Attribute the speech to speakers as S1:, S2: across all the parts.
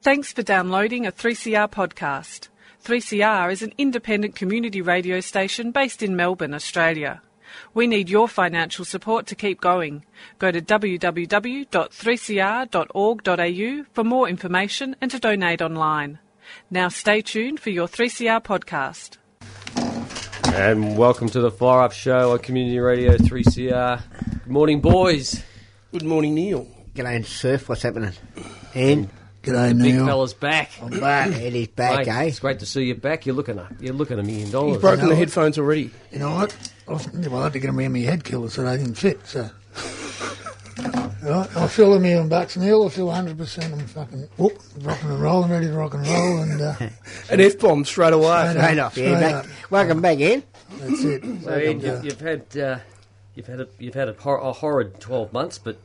S1: Thanks for downloading a 3CR podcast. 3CR is an independent community radio station based in Melbourne, Australia. We need your financial support to keep going. Go to www.3cr.org.au for more information and to donate online. Now stay tuned for your 3CR podcast.
S2: And welcome to the Fire Up Show on Community Radio 3CR. Good morning, boys.
S3: Good morning, Neil.
S4: G'day, Surf. What's happening? And
S5: G'day,
S2: Big
S5: Neil.
S2: fella's back.
S4: I'm back. and he's back,
S2: Mate,
S4: eh?
S2: It's great to see you back. You're looking a, you're looking a million dollars.
S3: He's broken the
S5: No.
S3: headphones already.
S5: You know what? I was- Well, I had to get them in my head killer so they didn't fit. So, right, I feel a million bucks, Neil. I feel 100. percent I'm fucking whoop, rocking and rolling, ready to rock and roll, and uh,
S3: An F bomb straight away.
S4: Right off. Yeah,
S5: Straight
S4: back. Welcome back, Ian.
S5: that's it.
S2: So, Ian, you, you've had uh, you've had a, you've had a, hor- a horrid twelve months, but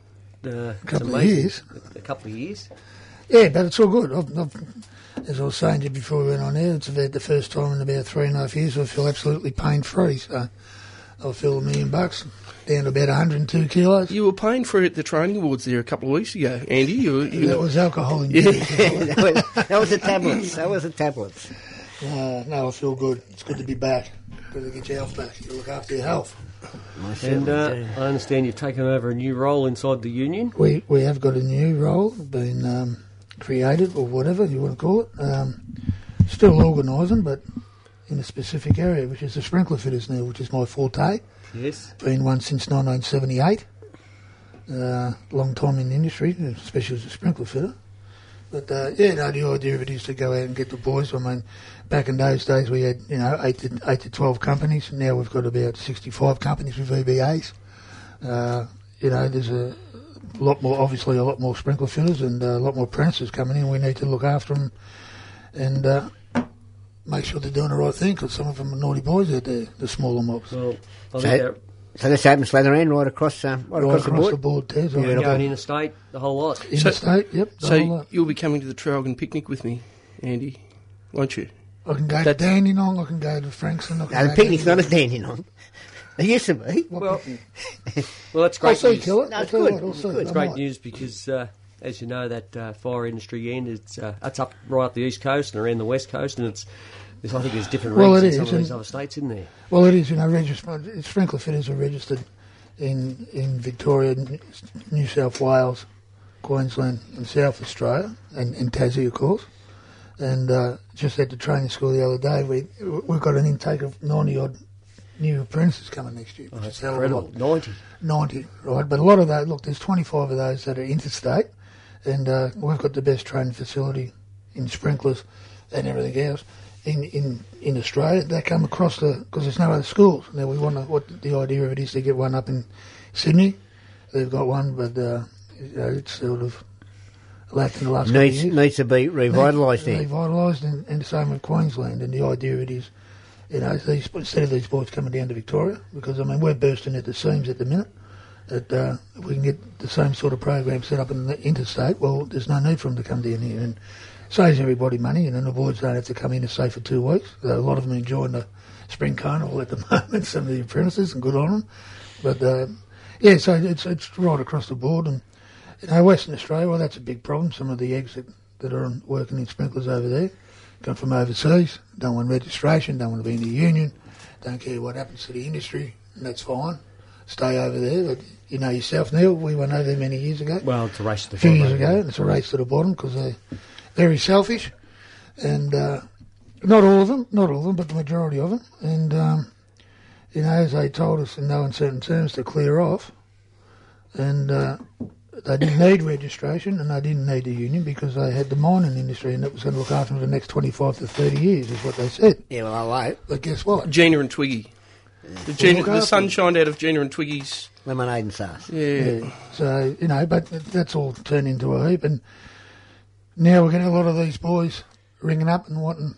S2: uh, a
S5: couple of years.
S2: A couple of years.
S5: Yeah, but it's all good. I've, I've, as I was saying to you before we went on air, it's about the first time in about three and a half years I feel absolutely pain free. So, I feel a million bucks, down to about 102 kilos.
S3: You were paying for it at the training awards there a couple of weeks ago, Andy. You, were- you
S5: That
S3: were-
S5: was alcohol in
S4: that, was, that was the tablets. That was the tablets.
S5: Uh, no, I feel good. It's good to be back. Good to get your health back. You look after your health.
S2: And uh, I understand you've taken over a new role inside the union.
S5: We we have got a new role been um, created or whatever you want to call it. Um, still organising, but in a specific area, which is the sprinkler fitters now, which is my forte.
S2: Yes.
S5: Been one since 1978. Uh, long time in the industry, especially as a sprinkler fitter. But uh, yeah, no, the idea of it is to go out and get the boys. I mean, back in those days we had you know eight to eight to twelve companies. Now we've got about sixty-five companies with VBAs. Uh, you know, there's a lot more, obviously, a lot more sprinkler fitters and uh, a lot more apprentices coming in. We need to look after them and uh, make sure they're doing the right thing because some of them are naughty boys out there, the smaller mobs.
S2: Well, I think
S4: So-
S2: they're
S4: So this happens later in right across, um, right
S5: Right
S4: across the board.
S5: Tez.
S4: Yeah,
S5: I
S2: going
S5: mean,
S2: interstate, the whole lot.
S5: in
S3: So-
S5: the state, yep. the whole
S3: so
S5: lot.
S3: you'll be coming to the Trelgan picnic with me, Andy, won't you?
S5: I can go to Dandenong, I can go to Frankston. I can
S4: Now,
S5: go
S4: the picnic's
S5: to-
S4: not a standing on. It used to be.
S2: Well, well, that's
S5: I'll
S2: great
S5: see,
S2: news.
S5: kill it.
S4: No,
S5: I'll
S4: it's
S5: tell you
S4: good.
S5: what, I'll
S4: It's
S5: see.
S4: good.
S5: I
S4: It's
S2: It's great
S5: might.
S2: news because, uh, as you know, that uh, fire industry end it's uh, it's up right up the east coast and around the west coast, and it's there's, I think there's different
S5: Well,
S2: regs in
S5: it
S2: some
S5: is,
S2: of these
S5: and-
S2: other states, isn't there?
S5: Well, it is, you know, registered. Sprinkler fitters are registered in in Victoria, N- New South Wales, Queensland, and South Australia, and, and Tassie, of course. And uh, just at the training school the other day, we we've got an intake of ninety odd new apprentices coming next
S4: Oh,
S5: year, which is hell of a lot.
S2: Incredible, ninety.
S5: 90, right? But a lot of those, look, there's 25 of those that are interstate, and uh, we've got the best training facility in sprinklers and everything else in, in, in Australia. They come across the, because there's no other schools. Now, we want to, what the idea of it is to get one up in Sydney. They've got one, but uh, you know, it's sort of lacked in the last couple of
S4: Needs,
S5: years.
S4: needs to be revitalised
S5: They-
S4: then.
S5: Revitalised, and, and the same with Queensland. And the idea it is, you know, these, instead of these boys coming down to Victoria, because I mean we're bursting at the seams at the minute. That uh, if we can get the same sort of program set up in the interstate, well, there's no need for them to come down here and saves everybody money, and then the boys don't have to come in and stay for two weeks. So a lot of them enjoying the spring carnival at the moment. Some of the apprentices, and good on them. But uh, yeah, so it's it's right across the board, and you know, Western Australia, well, that's a big problem. Some of the eggs that, that are on- working in sprinklers over there come from overseas, don't want registration, don't want to be in the union, don't care what happens to the industry, and that's fine. Stay over there. But you know yourself, Neil, we went over there many years ago,
S2: Well, it's a race to the
S5: a few
S2: bottom,
S5: years
S2: mate.
S5: ago, and it's a race to the bottom because they're very selfish. And uh, not all of them, not all of them, but the majority of them. And, um, you know, as they told us in no uncertain terms to clear off, and uh, they didn't need registration and they didn't need a union because they had the mining industry and it was going to look after them for the next 25 to 30 years, is what they said.
S4: Yeah, well, I like
S5: But guess what?
S3: Gina and Twiggy. The, Gina,
S5: Look
S3: the
S5: after
S3: sun
S5: them.
S3: shined out of Gina and Twiggy's.
S4: lemonade and sauce.
S3: Yeah.
S5: Yeah. So, you know, but that's all turned into a heap. And now we're getting a lot of these boys ringing up and wanting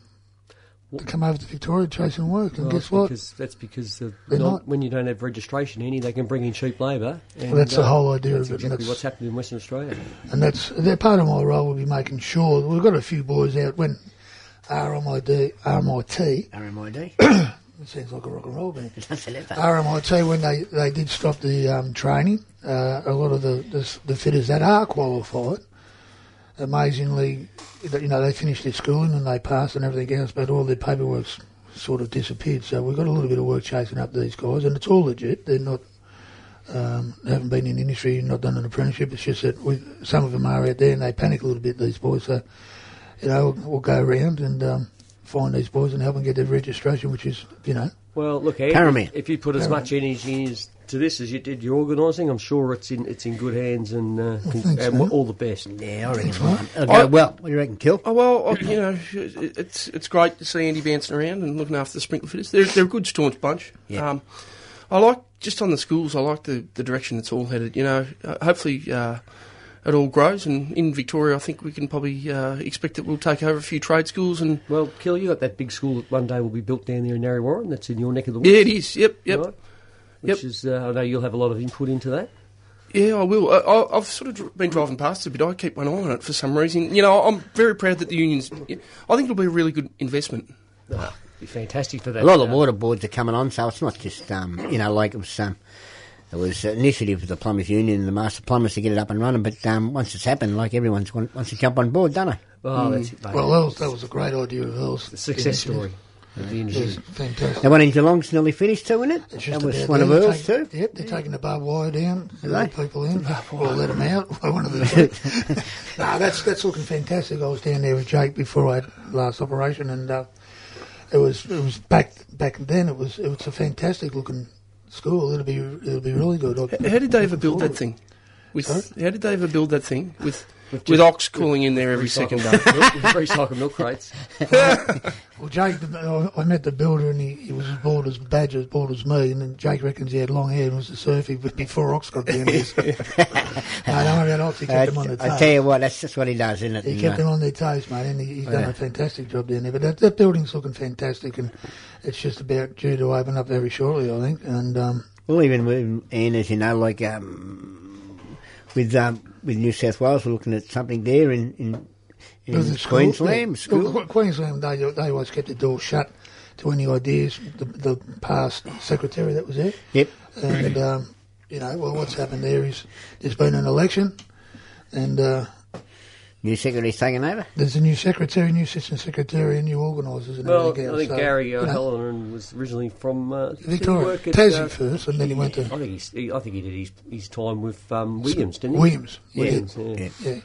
S5: to come over to Victoria chasing work. And
S2: Well,
S5: guess
S2: that's
S5: what?
S2: Because that's because of
S5: They're
S2: not-
S5: not.
S2: when you don't have registration, any they can bring in cheap labour. and,
S5: Well, that's the
S2: uh,
S5: whole idea
S2: That's
S5: of it. and
S2: exactly
S5: that's-
S2: what's happened in Western Australia.
S5: and that's that part of my role will be making sure that we've got a few boys out when RMID, RMIT,
S4: RMID.
S5: it sounds like a rock and roll band.
S4: That's a leopard.
S5: RMIT when they, they did stop the um, training, uh, a lot of the, the the fitters that are qualified amazingly, that, you know, they finished their schooling and they passed and everything else, but all their paperwork's sort of disappeared. So we've got a little bit of work chasing up these guys, and it's all legit. They're not, um, they haven't been in the industry, not done an apprenticeship. It's just that we, some of them are out there and they panic a little bit, these boys. So, you know, we'll, we'll go around and um, find these boys and help them get their registration, which is, you know,
S2: Well, look, Andy,
S4: Paramount.
S2: if you put as much energy as to this as you did your organising, I'm sure it's in it's in good hands and, uh, con-
S5: thanks,
S2: and
S5: man.
S2: all the best.
S4: Yeah, I reckon mine. It'll go well. What do you reckon, Kill?
S3: Oh well, I- you know, it- it's it's great to see Andy bouncing around and looking after the sprinkler fitters. They're they're a good staunch bunch.
S4: Yeah.
S3: Um, I like just on the schools. I like the, the direction it's all headed. You know, uh, hopefully uh, it all grows. And in Victoria, I think we can probably uh, expect that we'll take over a few trade schools. And
S2: Well, Kill, you got that big school that one day will be built down there in Narry Warren. That's in your neck of the woods.
S3: yeah, it is. Yep, yep.
S2: right? Which
S3: Yep.
S2: is, uh, I know you'll have a lot of input into that.
S3: Yeah, I will. I, I, I've sort of dr- been driving past it, but I keep one eye on it for some reason. You know, I'm very proud that the unions. I think it'll be a really good investment.
S2: Be fantastic for that.
S4: A lot of
S2: uh,
S4: water boards are coming on, so it's not just um, you know like it was um, it was an initiative of the plumbers union and the master plumbers to get it up and running. But um, once it's happened, like everyone's want, wants to jump on board, don't they?
S2: Oh, that's it, mate.
S5: Mm. well, that was, that was a great idea of Earl's.
S2: the success story Mm. of the
S5: It was
S2: industry.
S5: fantastic.
S4: The one in Geelong's nearly finished too, isn't it?
S5: It's just
S4: That was
S5: about
S4: one of
S5: there.
S4: ours
S5: They're
S4: too.
S5: taking- Yep, they're taking the barbed wire down, they
S4: they?
S5: let people in, or let them out, one of the two. no, that's, that's looking fantastic. I was down there with Jake before I had last operation, and uh, it was it was back back then. It was it was a fantastic looking school. It'll be it'll be really good. I-
S3: How did they ever build that
S5: forward.
S3: thing? With
S5: Sorry?
S3: how did they ever build that thing with with,
S2: just-
S3: ox calling in there every second
S2: Recycled
S3: day?
S2: milk- recycled milk crates.
S5: Well, Jake, the, I, I met the builder, and he, he was as bald as Badger, as bald as me. And then Jake reckons he had long hair and was a surfy but before Ox got down there. So. no, don't worry about Ox. He kept him on the
S4: Uh, I, I
S5: toes.
S4: tell you what, that's just what he does, isn't it?
S5: He
S4: And,
S5: kept
S4: uh,
S5: them on their toes, mate, and he, he's done
S4: Yeah.
S5: a fantastic job down there. But that, that building's looking fantastic, and it's just about due to open up very shortly, I think. And um,
S4: Well, even with, and as you know, like um, with um, with New South Wales, we're looking at something there in in, in
S5: there's a school-
S4: Queensland.
S5: yeah.
S4: School.
S5: Well, Qu- Queensland, they, they always kept the door shut to any ideas. The, the past secretary that was there,
S4: Yep.
S5: and um, you know, well, what's happened there is there's been an election, and uh,
S4: New secretary's taken over.
S5: there's a new secretary, new assistant secretary, and new organisers. And
S2: Well, I
S5: everything else.
S2: think
S5: So,
S2: Gary
S5: you know,
S2: O'Halloran was originally from uh, did he
S5: Victoria,
S2: work at,
S5: Tassie
S2: uh,
S5: first, and then he went
S2: I
S5: to
S2: think he's, he, I think he did his, his time with um, Williams, didn't he?
S5: Williams. Yeah.
S2: Williams. Yeah.
S4: Yeah.
S5: Yeah.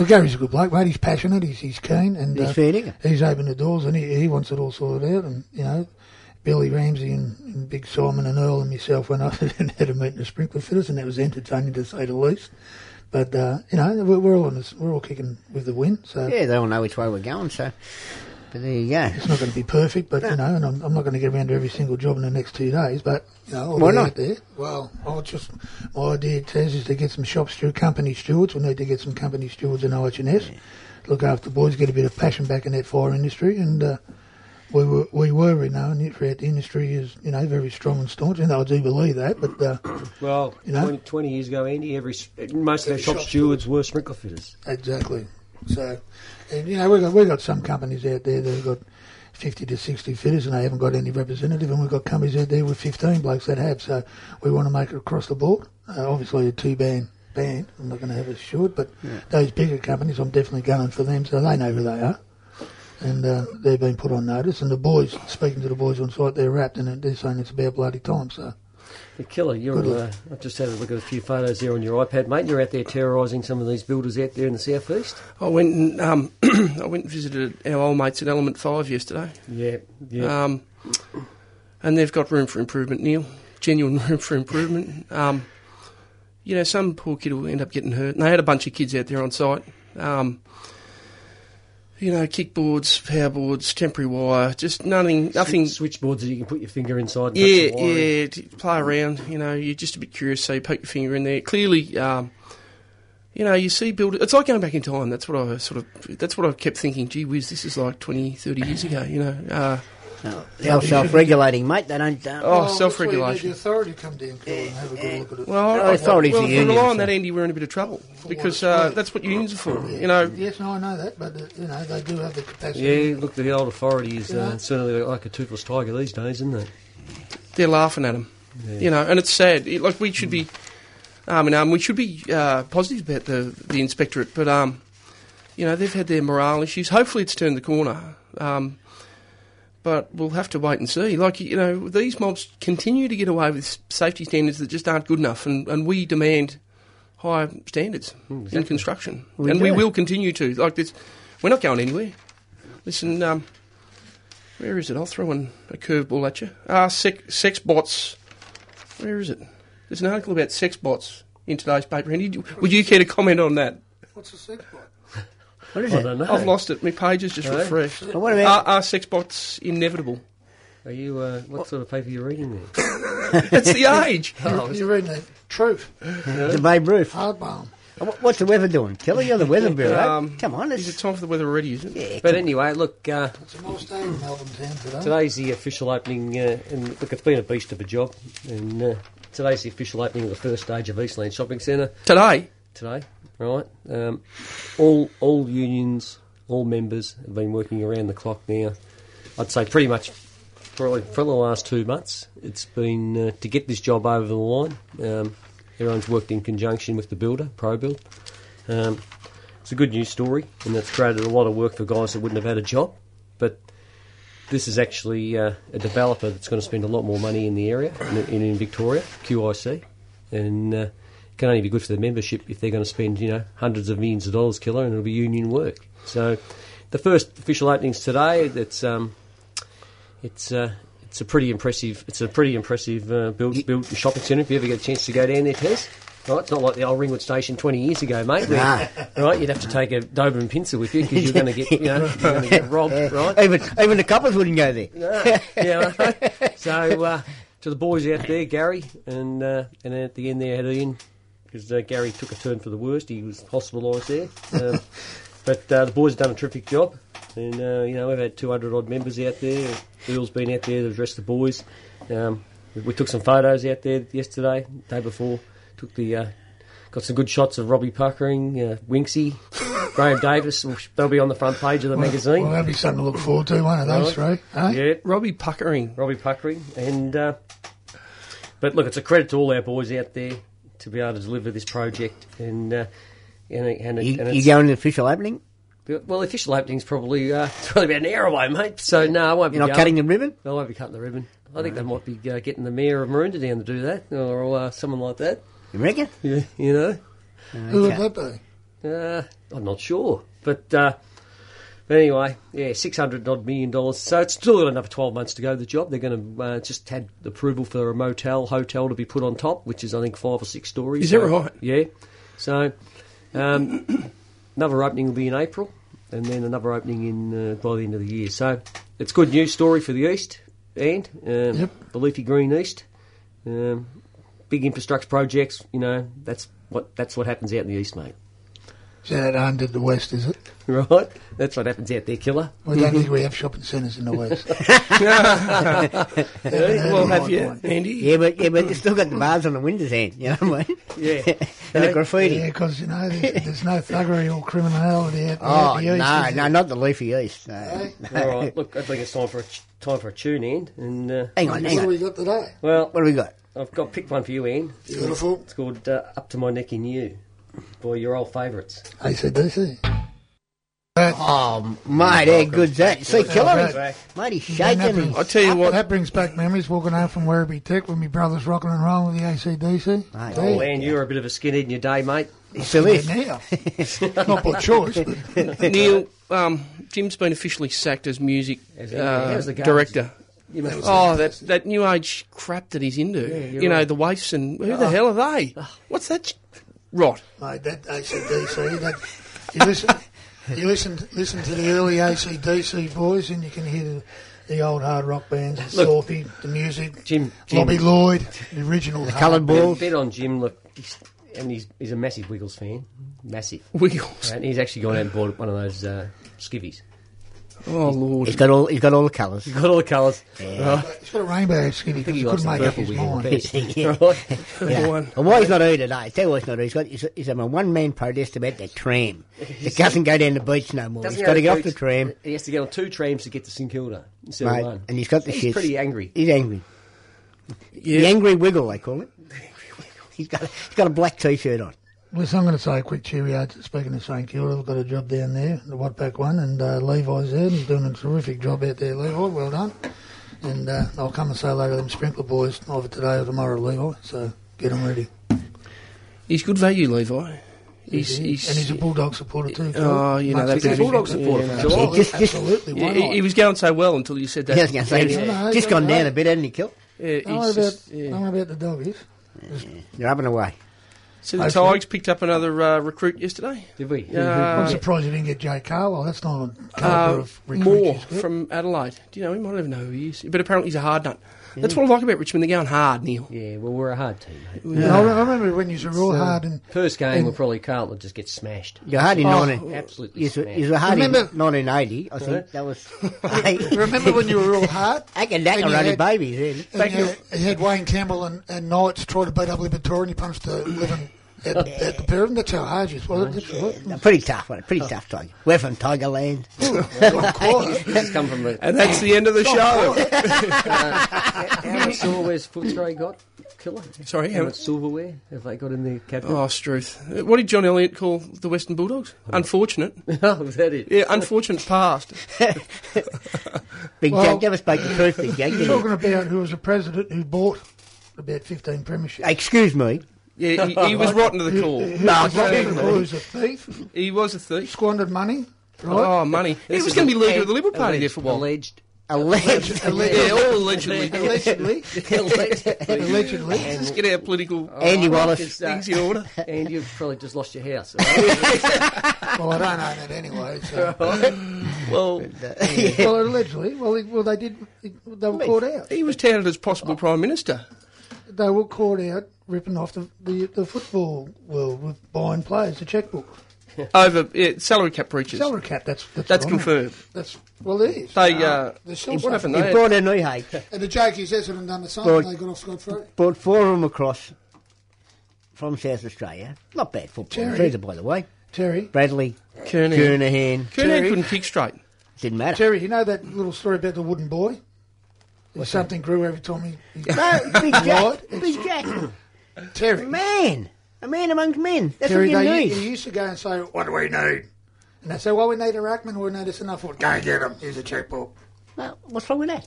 S5: Well, Gary's a good bloke, mate. He's passionate. He's he's keen, and uh,
S4: He's fair dinkum.
S5: he's opened the doors, and he, he wants it all sorted out. And you know, Billy Ramsey and, and Big Simon and Earl and myself went up and had a meeting at Sprinkler Fitters, and that was entertaining to say the least. But uh, you know, we're, we're all on this, we're all kicking with the wind, so
S4: Yeah, they all know which way we're going. So, but there you go.
S5: it's not going to be perfect. But you know, and I'm, I'm not going to get around to every single job in the next two days. But you know, I'll
S4: Why
S5: be
S4: not?
S5: out there. Well, I'll just my idea Taz, is to get some shops through company stewards. We need to get some company stewards in OH and S. Look after the boys, get a bit of passion back in that fire industry, and uh, we were we were renowned throughout the industry as you know very strong and staunch, and I do believe that. But uh,
S2: Well,
S5: You know?
S2: 20, 20 years ago, Andy, every s- most of our
S5: Every
S2: shop
S5: shop
S2: stewards were sprinkler fitters.
S5: Exactly. So, and you know, we've got, we've got some companies out there that have got 50 to 60 fitters and they haven't got any representative, and we've got companies out there with 15 blokes that have. So, we want to make it across the board. Uh, obviously, a two band band, I'm not going to have it short, but those bigger companies, I'm definitely going for them, so they know who they are. And uh, they've been put on notice, and the boys, speaking to the boys on site, they're wrapped, and they're saying it's about bloody time. So,
S2: The killer, you're.
S5: Good
S2: Uh, I've just had a look at a few photos there on your iPad, mate. You're out there terrorising some of these builders out there in the southeast.
S3: I went and um, I went and visited our old mates at Element Five yesterday,
S2: Yeah, yeah.
S3: um, and they've got room for improvement, Neil. Genuine room for improvement. Um, you know, some poor kid will end up getting hurt. And they had a bunch of kids out there on site. Um, you know, kickboards, powerboards, temporary wire, just nothing, nothing.
S2: Switchboards that you can put your finger inside. And
S3: Yeah,
S2: touch the wire.
S3: yeah. t- Play around. You know, you're just a bit curious, so you poke your finger in there. Clearly, um, you know, you see builders. It's like going back in time. That's what I sort of. That's what I kept thinking. Gee whiz, this is like 20, 30 years ago. You know. Uh,
S4: No, they're all self-regulating, mate. They don't. Uh,
S3: Oh, self-regulation.
S5: The authority come down and have a good look at it.
S3: well,
S4: Oh,
S3: I-
S4: authorities
S3: well,
S4: are
S3: if we rely
S4: unions,
S3: on that,
S4: eh?
S3: Andy, we're in a bit of trouble because
S5: it's
S3: uh,
S5: worth.
S3: that's what unions are for. You know.
S5: Yes, no, I know that, but uh, you know they do have the capacity.
S2: Yeah, look, the old authority is uh,
S5: Yeah.
S2: certainly like a toothless tiger these days, isn't it?
S3: they're laughing at him. You know, and it's sad. It, like we should be, um, and um, we should be uh, positive about the the inspectorate, but um, you know, they've had their morale issues. Hopefully, it's turned the corner. Um, but we'll have to wait and see. Like, you know, these mobs continue to get away with safety standards that just aren't good enough, and, and we demand higher standards in construction.
S4: We
S3: and we
S4: do.
S3: will continue to. Like, this, we're not going anywhere. Listen, um, where is it? I'll throw in a curveball at you. Ah, sex, sex bots. Where is it? There's an article about sex bots in today's paper. Andy, do- would you care to comment on that?
S5: What's the sex bot?
S4: What is
S2: I
S4: it?
S2: don't know.
S3: I've lost it. My page is just
S2: Hello?
S3: refreshed.
S4: Well, what about
S3: Are, are sex bots inevitable?
S2: Are you? Uh, what sort of paper are you reading there?
S3: It's the age.
S5: You're, you're reading that. Truth.
S4: the Babe Ruth?
S5: Hard bomb.
S4: Wh- What's the weather doing? Kelly, you're the weather bureau.
S3: Um,
S4: Come on,
S3: Is it
S4: it's
S3: time for the weather already? Is it?
S4: yeah,
S2: But anyway, look. Uh,
S5: It's a nice day in Melbourne town today.
S2: Today's the official opening, uh, and look, it's been a beast of a job. And uh, today's the official opening of the first stage of Eastland Shopping Centre
S3: Today,
S2: today, right? Um, all all unions, all members have been working around the clock now. I'd say pretty much probably for the last two months. It's been uh, to get this job over the line. Um, everyone's worked in conjunction with the builder, ProBuild. Um, it's a good news story, and that's created a lot of work for guys that wouldn't have had a job. But this is actually uh, a developer that's going to spend a lot more money in the area, in, in, in Victoria, QIC, and uh, it can only be good for the membership if they're going to spend, you know, hundreds of millions of dollars, killer, and it'll be union work. So, the first official opening's today. That's um, it's. Uh, it's a pretty impressive. It's a pretty impressive uh, build, build shopping centre. If you ever get a chance to go down there, Tess, right? It's not like the old Ringwood Station twenty years ago, mate. where-
S4: Nah.
S2: Right? You'd have to take a Doberman pincer with you because you're going to get, you know, you're going to get robbed, right?
S4: even even the coppers wouldn't go there.
S2: yeah. right. So uh, to the boys out there, Gary, and uh, and then at the end there had Ian, because uh, Gary took a turn for the worst. He was hospitalised there, um, but uh, the boys have done a terrific job, and uh, you know we've had 200 odd members out there. Bill's been out there to address the boys. Um, we, we took some photos out there yesterday, day before. Took the uh, got some good shots of Robbie Puckering, uh, Winksy, Graham Davis. They'll be on the front page of the magazine.
S5: Well, that'd be something to look forward to, one of those three. eh?
S2: yeah,
S3: Robbie Puckering.
S2: Robbie Puckering. And uh, but look, it's a credit to all our boys out there to be able to deliver this project. And uh, and, it- and, it-
S4: You,
S2: and
S4: you
S2: it's,
S4: going to the official opening?
S2: well, the official opening's probably uh, it's probably about an hour away, mate. So no, I won't be
S4: You're not
S2: going.
S4: cutting the ribbon?
S2: I won't be cutting the ribbon. I think they might be uh, getting the mayor of Maroondah down to do that, or uh, someone like that.
S4: You reckon?
S2: You, you know.
S5: Who would that be?
S2: Uh, I'm not sure, but uh, but anyway, yeah, six hundred odd million dollars. So it's still got another twelve months to go. The job they're going to uh, just had approval for a motel hotel to be put on top, which is I think five or six stories.
S3: Is that
S2: So,
S3: right?
S2: Yeah. So um, another opening will be in April, and then another opening in uh, by the end of the year. So it's good news story for the east and um,
S5: Yep.
S2: the leafy green east. Um, big infrastructure projects, you know, that's what that's what happens out in the east, mate.
S5: So that undid the West, is it?
S2: Right? That's what happens out there, killer.
S5: We don't think we have shopping centres in the West.
S3: well, have you, Andy?
S4: Yeah, but yeah, but it's still got the bars on the windows end. You know what I mean?
S2: Yeah.
S4: and the graffiti.
S5: Yeah, because, you know, there's, there's no thuggery or criminality out,
S4: Oh
S5: out the
S4: no,
S5: East.
S4: no,
S5: is Eh?
S4: not the leafy east. No.
S2: All right, look, I think it's time for a ch- time for a tune, Ann. And uh,
S4: Hang
S5: there?
S4: on,
S5: What
S4: hang
S5: have
S4: on.
S5: we got today?
S2: well,
S4: What do we got?
S2: I've got picked one for you, Ann.
S5: Beautiful.
S2: It's called uh, "Up to My Neck in You" by your old favourites.
S5: ACDC.
S4: Oh, mate, how good's that? You see, killer,
S5: Welcome
S4: he's,
S2: back.
S4: mate, he's shaking.
S5: Welcome
S4: His,
S3: I tell you
S5: Well,
S3: what,
S5: that brings back memories walking home from Werribee Tech with my brothers rocking and rolling with the ACDC.
S4: Mate.
S5: Gee,
S2: Oh, Ann, you were a bit of a skinhead in your day, mate.
S4: he still
S5: yeah,
S4: is.
S5: now. Not by choice, but
S3: Neil, um, Jim's been officially sacked as music
S2: As he-
S3: uh,
S2: how's the garbage?
S3: director.
S2: You must
S3: Oh, that that new age crap that he's into.
S2: you're
S3: you know,
S2: right.
S3: the waifs and who the hell are they? What's that? sh- Rot.
S5: mate, that ACDC, that, you listen, you listen, listen to the early ACDC boys and you can hear the, the old hard rock bands, the
S2: Look.
S5: Sophie, the music,
S2: Jim-
S5: Lobby
S2: Jim.
S5: Lloyd, the original. The
S4: Coloured
S2: bet,
S4: balls.
S2: bet on Jim. Look, he's, and he's, he's a massive Wiggles fan, massive.
S3: Wiggles.
S2: And he's actually gone out and bought one of those uh, skivvies.
S3: Oh,
S4: He's
S3: Lord.
S4: got all. He's got all the colours.
S2: Got all the colours.
S5: He's got a rainbow skinny
S2: I think
S5: because
S2: he
S5: he
S2: likes the
S5: couldn't make up
S2: purple
S5: his
S2: Wiggles
S5: mind.
S2: best.
S4: Yeah.
S2: Right?
S3: Number one.
S4: And why he's not heard it, eh? Tell you why he's not heard. He's got he's, he's having a one man protest about that tram. It doesn't go down the beach no more. he's got to get off the tram,
S2: He has to get on two trams to get to St Kilda instead of
S4: mate,
S2: one.
S4: and he's got the
S2: He's
S4: shit.
S2: pretty angry.
S4: He's angry. The
S3: Yeah.
S4: angry wiggle they call it. he's got a, he's got a black t-shirt on.
S5: Listen, I'm going to say a quick cheerio. to- Speaking of St Kilda, we've got a job down there, the Watpack one, and uh, Levi's there. and He's doing a terrific job out there, Levi. Well done. And uh, I'll come and say hello to them sprinkler boys either today or tomorrow, Levi. So get them ready.
S3: He's good value, Levi. He's,
S5: and
S3: he's,
S5: he's a Bulldog supporter too. Phil.
S3: Oh, you know, that'd
S5: Much
S3: be
S5: as
S2: a Bulldog
S5: Bulldog
S2: supporter
S3: yeah,
S5: supporter.
S2: from
S3: no.
S2: Geelong.
S5: Absolutely,
S4: Just- just-
S5: absolutely.
S3: Yeah,
S5: Why
S3: he, he
S5: not?
S3: was going so well until you said that.
S4: I was going to say,
S3: Yeah,
S5: no,
S4: he's
S5: he's
S4: just gone
S5: done
S4: down
S5: great.
S4: a bit, hasn't he, Kilt?
S3: yeah, he's
S5: I don't know about,
S3: just-
S5: I don't
S3: yeah.
S5: know about the doggies.
S4: You're up and away.
S3: So the
S5: Hopefully.
S3: Tigers picked up another uh, recruit yesterday.
S2: Did we?
S3: Yeah.
S5: I'm
S3: Uh,
S5: surprised you didn't get Jay Carlisle. That's not a caliber
S3: Uh,
S5: of recruit.
S3: Moore
S5: he's got.
S3: from Adelaide. Do you know him? I don't even know who he is. But apparently he's a hard nut. That's what I like about Richmond. They're going hard, Neil.
S2: Yeah, well, we're a hard team, mate.
S5: Yeah, I re- I remember when you were real hard and
S2: First game, we'll probably Carlton just get smashed.
S4: You're hardly
S5: Oh,
S4: 19.
S2: Absolutely
S4: Yes,
S2: smashed.
S4: it was hardly
S5: Remember-
S4: 1980, I think. That was.
S5: remember when you were real hard.
S4: Akandaka
S5: And you
S4: were only
S5: had-
S4: babies then.
S5: And you, he had Wayne Campbell and, and Knights try to beat up Libertor and he punched the living at, at the pair of them. That's how hard you was. That's
S4: A
S5: right.
S4: Pretty tough one, a pretty tough tiger. We're from Tigerland.
S5: Of course.
S2: It's come from the.
S3: And that's the end of the show.
S2: How much silverware's Footscray got, Killer?
S3: Sorry,
S2: How
S3: how-
S2: much silverware have they got in their cabinet?
S3: Oh, Struth. Uh, What did John Elliott call the Western Bulldogs? Unfortunate.
S2: Oh, is that it?
S3: Yeah, unfortunate past.
S4: Big
S5: Well-
S4: Jack never spoke the truth, Big Jack. did he?
S5: Talking about who was a president who bought about 15 premierships.
S4: Excuse me.
S3: Yeah, he, he was rotten to the core.
S5: Who was a thief,
S3: He was a thief.
S5: squandered money, right?
S3: Oh, money. He
S2: This
S3: was
S2: is
S3: going to be
S2: a-
S3: leader of the Liberal Party there
S2: alleged-
S3: for a while.
S2: Alleged.
S4: Alleged.
S3: Yeah, all allegedly.
S5: Allegedly.
S2: alleged.
S5: Allegedly.
S3: Let's get our political
S5: Oh,
S4: Andy
S2: Is,
S4: Wallace.
S2: uh,
S3: things in order.
S2: and you've probably just lost your house.
S5: Well, I don't own it anyway. So.
S3: Well,
S5: Well, allegedly. Well, he, well, they did. They were caught out.
S3: he was touted as
S4: Oh.
S3: possible Prime Minister.
S5: They were caught out ripping off the, the, the football world with buying players, the checkbook.
S3: Over yeah, salary cap breaches.
S5: Salary cap, that's that's,
S3: That's
S5: what I meant.
S3: confirmed.
S5: That's well, it is.
S3: They, uh,
S5: The
S3: he-
S5: silver-
S3: what happened
S4: He
S3: there?
S4: brought in Ehake,
S5: And the joke is Essendon done the same.
S4: Well-
S5: they got off scot free.
S4: brought four of them across from South Australia. Not bad football,
S5: Terry.
S4: either, by the way.
S5: Terry,
S4: Bradley,
S3: Kernan.
S4: Kernahan,
S3: Kernan
S5: Terry.
S3: couldn't kick straight.
S4: didn't matter.
S5: Terry, you know that little story about the wooden boy. If something grew every time he. he
S4: No, Big Jack,
S5: What?
S4: Big Jack,
S5: Terry,
S4: man, a man amongst men. That's
S5: Terry,
S4: what you
S5: they,
S4: need.
S5: he used to go and say, "What do we need?" And they say, "Well, we need a ruckman. We need this enough. Well, go and get him. Here's a checkbook."
S4: Well, what's wrong with that?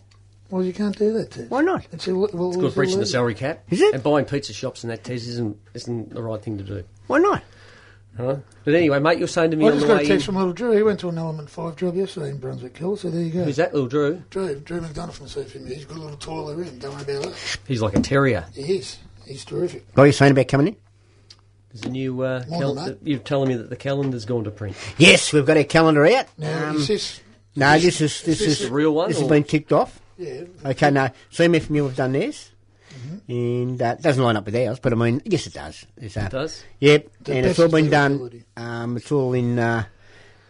S5: Well, you can't do that. Ted.
S4: Why not?
S5: It's, Ill- well,
S2: It's called breaching the
S5: illegal.
S2: salary cap.
S4: Is it?
S2: And buying pizza shops and that test isn't, isn't the right thing to do.
S4: Why not?
S2: Huh? But anyway, mate, you're saying to me
S5: I
S2: on the
S5: just got a
S2: way in,
S5: text from Little Drew. He went to an Element 5 job yesterday in Brunswick Hill, so there you go.
S2: who's that little Drew?
S5: Drew, Drew McDonough from CFM. He's got a little toiler in. Don't worry about that.
S2: He's like a terrier.
S5: He is. He's terrific.
S4: What are you saying about coming in?
S2: There's a new. Uh,
S5: More
S2: cal-
S5: than that.
S2: you're telling me that the calendar's gone to print.
S4: Yes, we've got our calendar out.
S5: Now,
S4: Um,
S5: is this.
S4: no, this is this
S5: is this
S4: is,
S5: the
S2: real one,
S4: This
S2: or-
S4: has been ticked off.
S5: Yeah.
S4: Okay, no, CMFMU have done theirs, and uh, it doesn't line up with ours. But I mean, yes, it does. It's, uh,
S2: It does?
S4: Yep,
S5: The
S4: and it's
S5: best
S4: all
S5: of
S4: been
S5: their
S4: done.
S5: ability.
S4: Um, it's all in. Uh,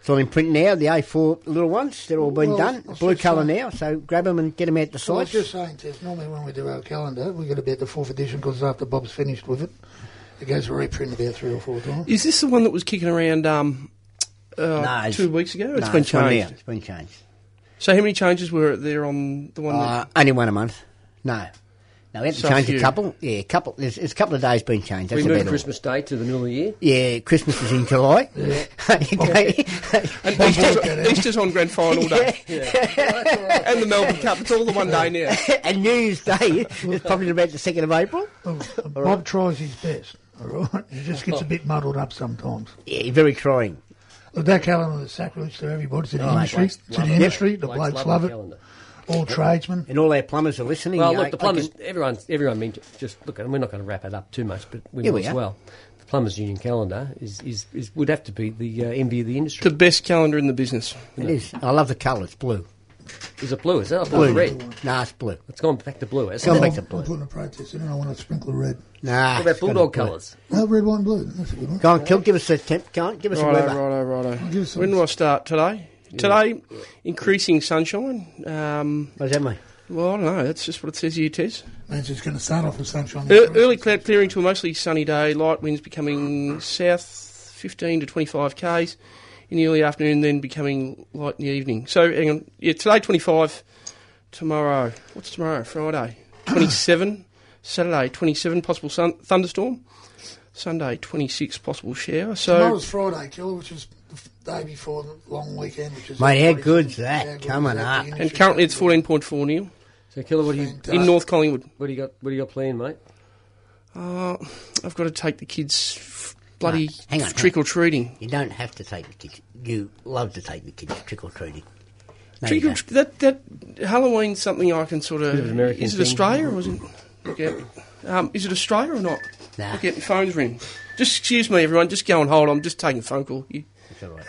S4: it's all in print now. The A4 little ones, they're all been
S5: Well,
S4: done.
S5: I was
S4: Blue
S5: just
S4: colour
S5: saying-
S4: now, so grab them and get them out the
S5: So I was
S4: sites.
S5: just saying, Tess, normally when we do our calendar, we get about the fourth edition because after Bob's finished with it, it goes to reprint about three or four times.
S3: Is this the one that was kicking around um, uh,
S4: it's-
S3: two weeks ago? It's
S4: no,
S3: been
S4: one now.
S3: changed.
S4: It's been changed.
S3: So how many changes were there on the one?
S4: Uh, only one a month. No. No, we had to
S3: So
S4: change
S3: few.
S4: a couple. Yeah, a couple. There's, there's a couple of days been changed. That's
S2: we
S4: about
S2: moved
S4: all.
S2: Christmas Day to the middle of the year.
S4: Yeah, Christmas is in July. okay.
S3: that, and Easter's, Easter's on grand final day, and the Melbourne Cup. It's all the one day now.
S4: and New Year's Day is probably about the 2nd of April.
S5: Well, Bob tries his best, all right? He just gets a bit muddled up sometimes.
S4: Yeah, very trying.
S5: Look, that calendar is sacrilege to everybody, to the
S4: Oh,
S5: industry,
S4: blokes
S2: love
S5: to the
S2: it. Yep.
S5: industry, the
S2: Blokes
S5: blokes
S2: the
S5: love it,
S2: calendar.
S5: all tradesmen.
S4: And all our plumbers are listening.
S2: Well,
S4: I-
S2: look, the
S4: I
S2: plumbers,
S4: can-
S2: everyone, everyone meant just look, and we're not going to wrap it up too much, but we
S4: Here
S2: might
S4: we
S2: as
S4: are.
S2: well. The plumbers' union calendar is, is, is would have to be the uh, envy of the
S3: The
S2: industry.
S3: best calendar in the business.
S4: it is. I love the colour. It's blue.
S2: Is it blue? Is it? I thought it
S4: Blue.
S2: was Oh, red.
S4: Nah, it's blue.
S2: It's gone back to blue.
S4: Come
S2: Hasn't it?
S4: back
S5: I'm,
S4: to
S5: I'm
S4: blue.
S5: putting a protest in and I want a sprinkle of red.
S4: Nah.
S2: What about
S4: it's got
S2: bulldog
S4: a blue.
S2: colours?
S5: Oh, red, wine, blue. That's a good one.
S4: Go on, Kill, give us a temp. Go on, give us a
S3: Righto,
S4: weather.
S3: righto, righto.
S5: give us some-
S3: When do I start today? Today, increasing sunshine. Um,
S4: What does that mean?
S3: well, I don't know. That's just what it says here, Tess.
S5: Means it's going to start off with sunshine.
S3: E- Early cloud clearing to a mostly sunny day. Light winds becoming south 15 to 25 k's in the early afternoon, then becoming light in the evening. So, hang on. Yeah, today 25. Tomorrow, what's tomorrow? Friday 27. Saturday 27. Possible sun- thunderstorm. Sunday, 26 possible shower.
S4: uh,
S3: So
S5: Tomorrow's Friday, Killer, which is the f- day before the long weekend, which is.
S4: Mate, how
S5: everybody's-
S4: good's that?
S5: how good
S4: Coming
S5: is that?
S4: up. And
S5: The
S3: and
S5: industry's
S3: currently it's
S5: gonna be-
S3: 14.4 nil
S2: So, Killer, what do you
S5: Fantastic.
S3: in North Collingwood.
S2: what do you got? What do you got planned, mate?
S3: Uh, I've got to take the kids f- bloody
S4: Right, hang on, hang
S3: trick or treating.
S4: You don't have to take the kids. You love to take the kids trick or treating. No, you
S3: Trick or
S4: don't.
S3: tr- that that Halloween's something I can sort of.
S2: Bit of an American
S3: is it
S2: thing.
S3: Australia or is it? Look out. Um, is it Australia or not?
S4: Nah.
S3: Look out, your phone's ring. Just excuse me, everyone. Just go and hold. I'm just taking a phone call. You-
S4: It's all right.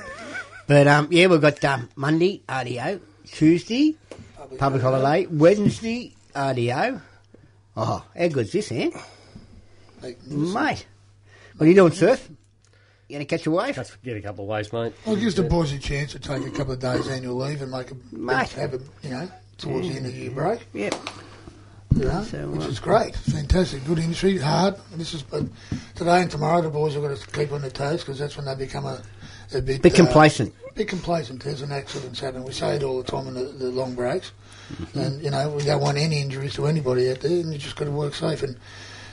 S4: But um, yeah, we've got um, Monday RDO, Tuesday public, holiday, Wednesday RDO. Oh, how good's this, eh,
S5: Magnificent.
S4: mate? What are you doing, surf? You gonna catch a wave?
S2: Let's get a couple of ways, mate.
S5: Well, it gives the boys a chance to take a couple of days annual leave and make a
S4: Mate.
S5: have a you know towards the end of the year break.
S4: Yep.
S5: You know,
S4: So,
S5: which
S4: uh,
S5: is great, fantastic, good industry, hard. And this is but today and tomorrow the boys are going to keep on their toes because that's when they become a, a bit
S4: Bit
S5: uh,
S4: complacent.
S5: bit complacent. There's an accidents happen. We say it all the time in the, the long breaks,
S3: Mm-hmm.
S5: and you know we don't want any injuries to anybody out there. And you just got to work safe. And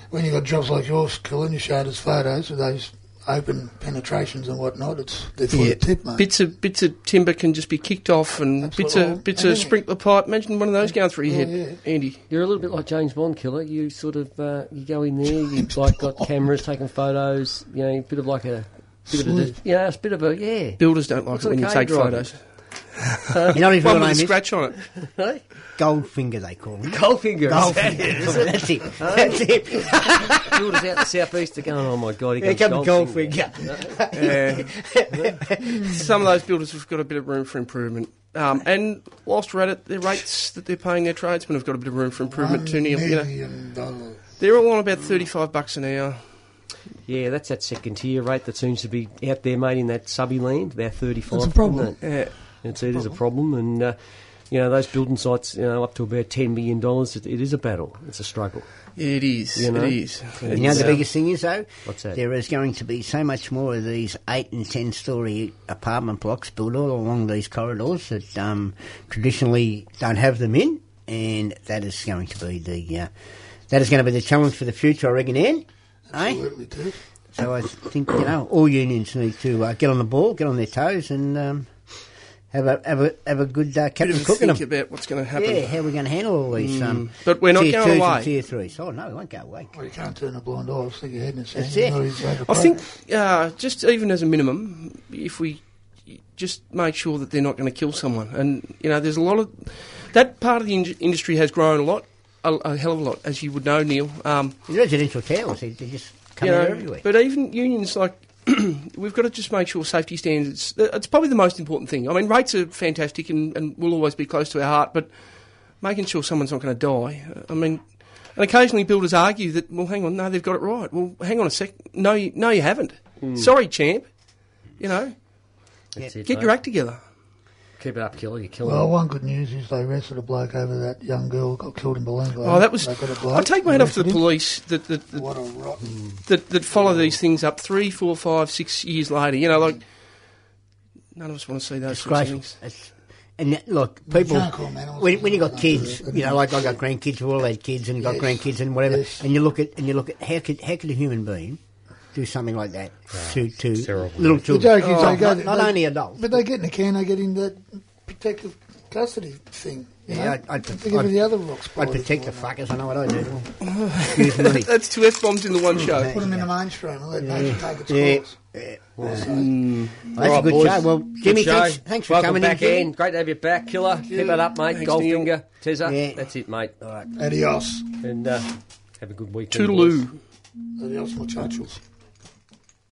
S5: when you got jobs like yours, Colin, you showed us photos of those open penetrations and whatnot. It's that's what
S3: Yeah.
S5: a tip, mate.
S3: Bits of bits of timber can just be kicked off, and
S5: Absolutely.
S3: bits of bits
S5: And
S3: of
S5: then-
S3: sprinkler pipe. Imagine one of those going through your
S5: Oh,
S3: head, Andy.
S2: You're a little bit like James Bond, Killer. You sort of uh, you go in there. You like got cameras taking photos. You know, a bit of like a bit of a,
S5: Sleuth.
S2: yeah, it's a bit of a yeah.
S3: Builders don't
S2: What's
S3: like it when
S2: a
S3: you
S2: car
S3: take
S2: driver?
S3: photos.
S4: You know what his
S3: One with
S4: real
S3: a
S4: name is?
S3: scratch on it.
S4: Goldfinger, they call him.
S2: Goldfinger.
S4: Goldfinger. That's it. That's it.
S2: Builders out the southeast are going. Oh my god,
S4: Here
S2: here comes
S4: comes
S2: Goldfinger.
S4: Goldfinger.
S3: Some of those builders have got a bit of room for improvement. Um, and whilst we're at it, the rates that they're paying their tradesmen have got a bit of room for improvement
S2: Oh,
S3: too. Neil, you know,
S5: Million dollars.
S3: they're all on about thirty-five bucks an hour.
S2: Yeah, that's that second tier rate that seems to be out there, mate, in that subby land. About thirty-five.
S5: It's a problem.
S2: isn't it?
S3: Uh,
S2: It's, it is a problem, and uh, you know those building sites, you know, up to about ten million dollars. It, it is a battle. It's a struggle.
S3: it is.
S2: You know?
S3: It is.
S2: You
S4: You know the
S3: It's, uh,
S4: biggest thing is though?
S2: What's that?
S4: There is going to be so much more of these eight and ten story apartment blocks built all along these corridors that um, traditionally don't have them in, and that is going to be the uh, that is going to be the challenge for the future, I reckon. Ian, eh?
S5: Absolutely, too.
S4: So I think you know all unions need to uh, get on the ball, get on their toes, and um, have a have a have a good uh,
S3: bit of
S4: captain
S3: a
S4: cooking
S3: think
S4: them.
S3: about what's going to happen.
S4: Yeah, how are we going to handle all these? Um,
S3: But we're not
S4: tier
S3: going
S4: twos and
S3: away.
S4: Tier threes. Oh no, we won't go away.
S5: Well, you can't turn a blind eye. Stick your head in the sand.
S4: That's
S5: You
S4: it.
S5: know he's overpriced.
S3: I think uh, just even as a minimum, if we just make sure that they're not going to kill someone, and you know, there's a lot of that part of the in- industry has grown a lot, a, a hell of a lot, as you would know, Neil. Um,
S4: The residential towers, they, they just come
S3: you
S4: out
S3: know,
S4: everywhere.
S3: But even unions, like, we've got to just make sure safety standards, it's probably the most important thing. I mean, rates are fantastic and, and will always be close to our heart, but making sure someone's not going to die. uh, I mean, and occasionally builders argue that, well, hang on, no, they've got it right. Well, hang on a sec. No, you, no, you haven't.
S5: Hmm.
S3: Sorry, champ. You know,
S2: That's it,
S3: get
S2: mate.
S3: your act together.
S2: Keep it up, Killer. You're killing.
S5: Well,
S2: it.
S5: one good news is they arrested a bloke over that young girl who got killed in Balango.
S3: Oh, that was.
S5: They got a bloke
S3: I take my hat off to the
S5: arrested him.
S3: police that, that, that
S5: What a rotten.
S3: that, that follow these things up three, four, five, six years later. You know, like none of us want to see those sorts of
S4: disgraceful.
S3: things.
S4: It's, and that- look, people,
S5: can't call them animals.
S4: when, when you got
S5: No,
S4: kids,
S5: no, no.
S4: you know, like I got grandkids, we all had kids, and got
S5: Yes.
S4: grandkids and whatever,
S5: Yes.
S4: and you look at and you look at how could how could a human being do something like that to to
S2: terrible.
S4: little
S5: The
S4: children?
S5: joke is
S4: not,
S5: they go,
S4: not- not
S5: they-
S4: only adults.
S5: But they get in a can, they get in that protective custody thing. You
S4: Yeah,
S5: know?
S4: I'd- I'd-
S5: Think of
S4: I'd-
S5: the other rocks.
S4: I'd protect the fuckers. I know what I do. Excuse me.
S3: That's two f bombs in the one show.
S5: Put them in the mainstream and let nature take its
S4: Yeah.
S5: course.
S4: Yeah.
S2: All
S4: That's a good show. Well,
S2: Good
S4: Jimmy,
S2: show.
S4: thanks, thanks for
S2: Welcome
S4: coming
S2: back,
S4: in. Jimmy.
S2: Ian. Great to have you back, Killer. Keep it up, mate.
S3: Thanks,
S2: Goldfinger, Tezza.
S4: Yeah.
S2: That's it, mate.
S5: Adios.
S2: And uh, have a good weekend.
S3: Toodaloo.
S2: boys.
S5: Adios, muchachos.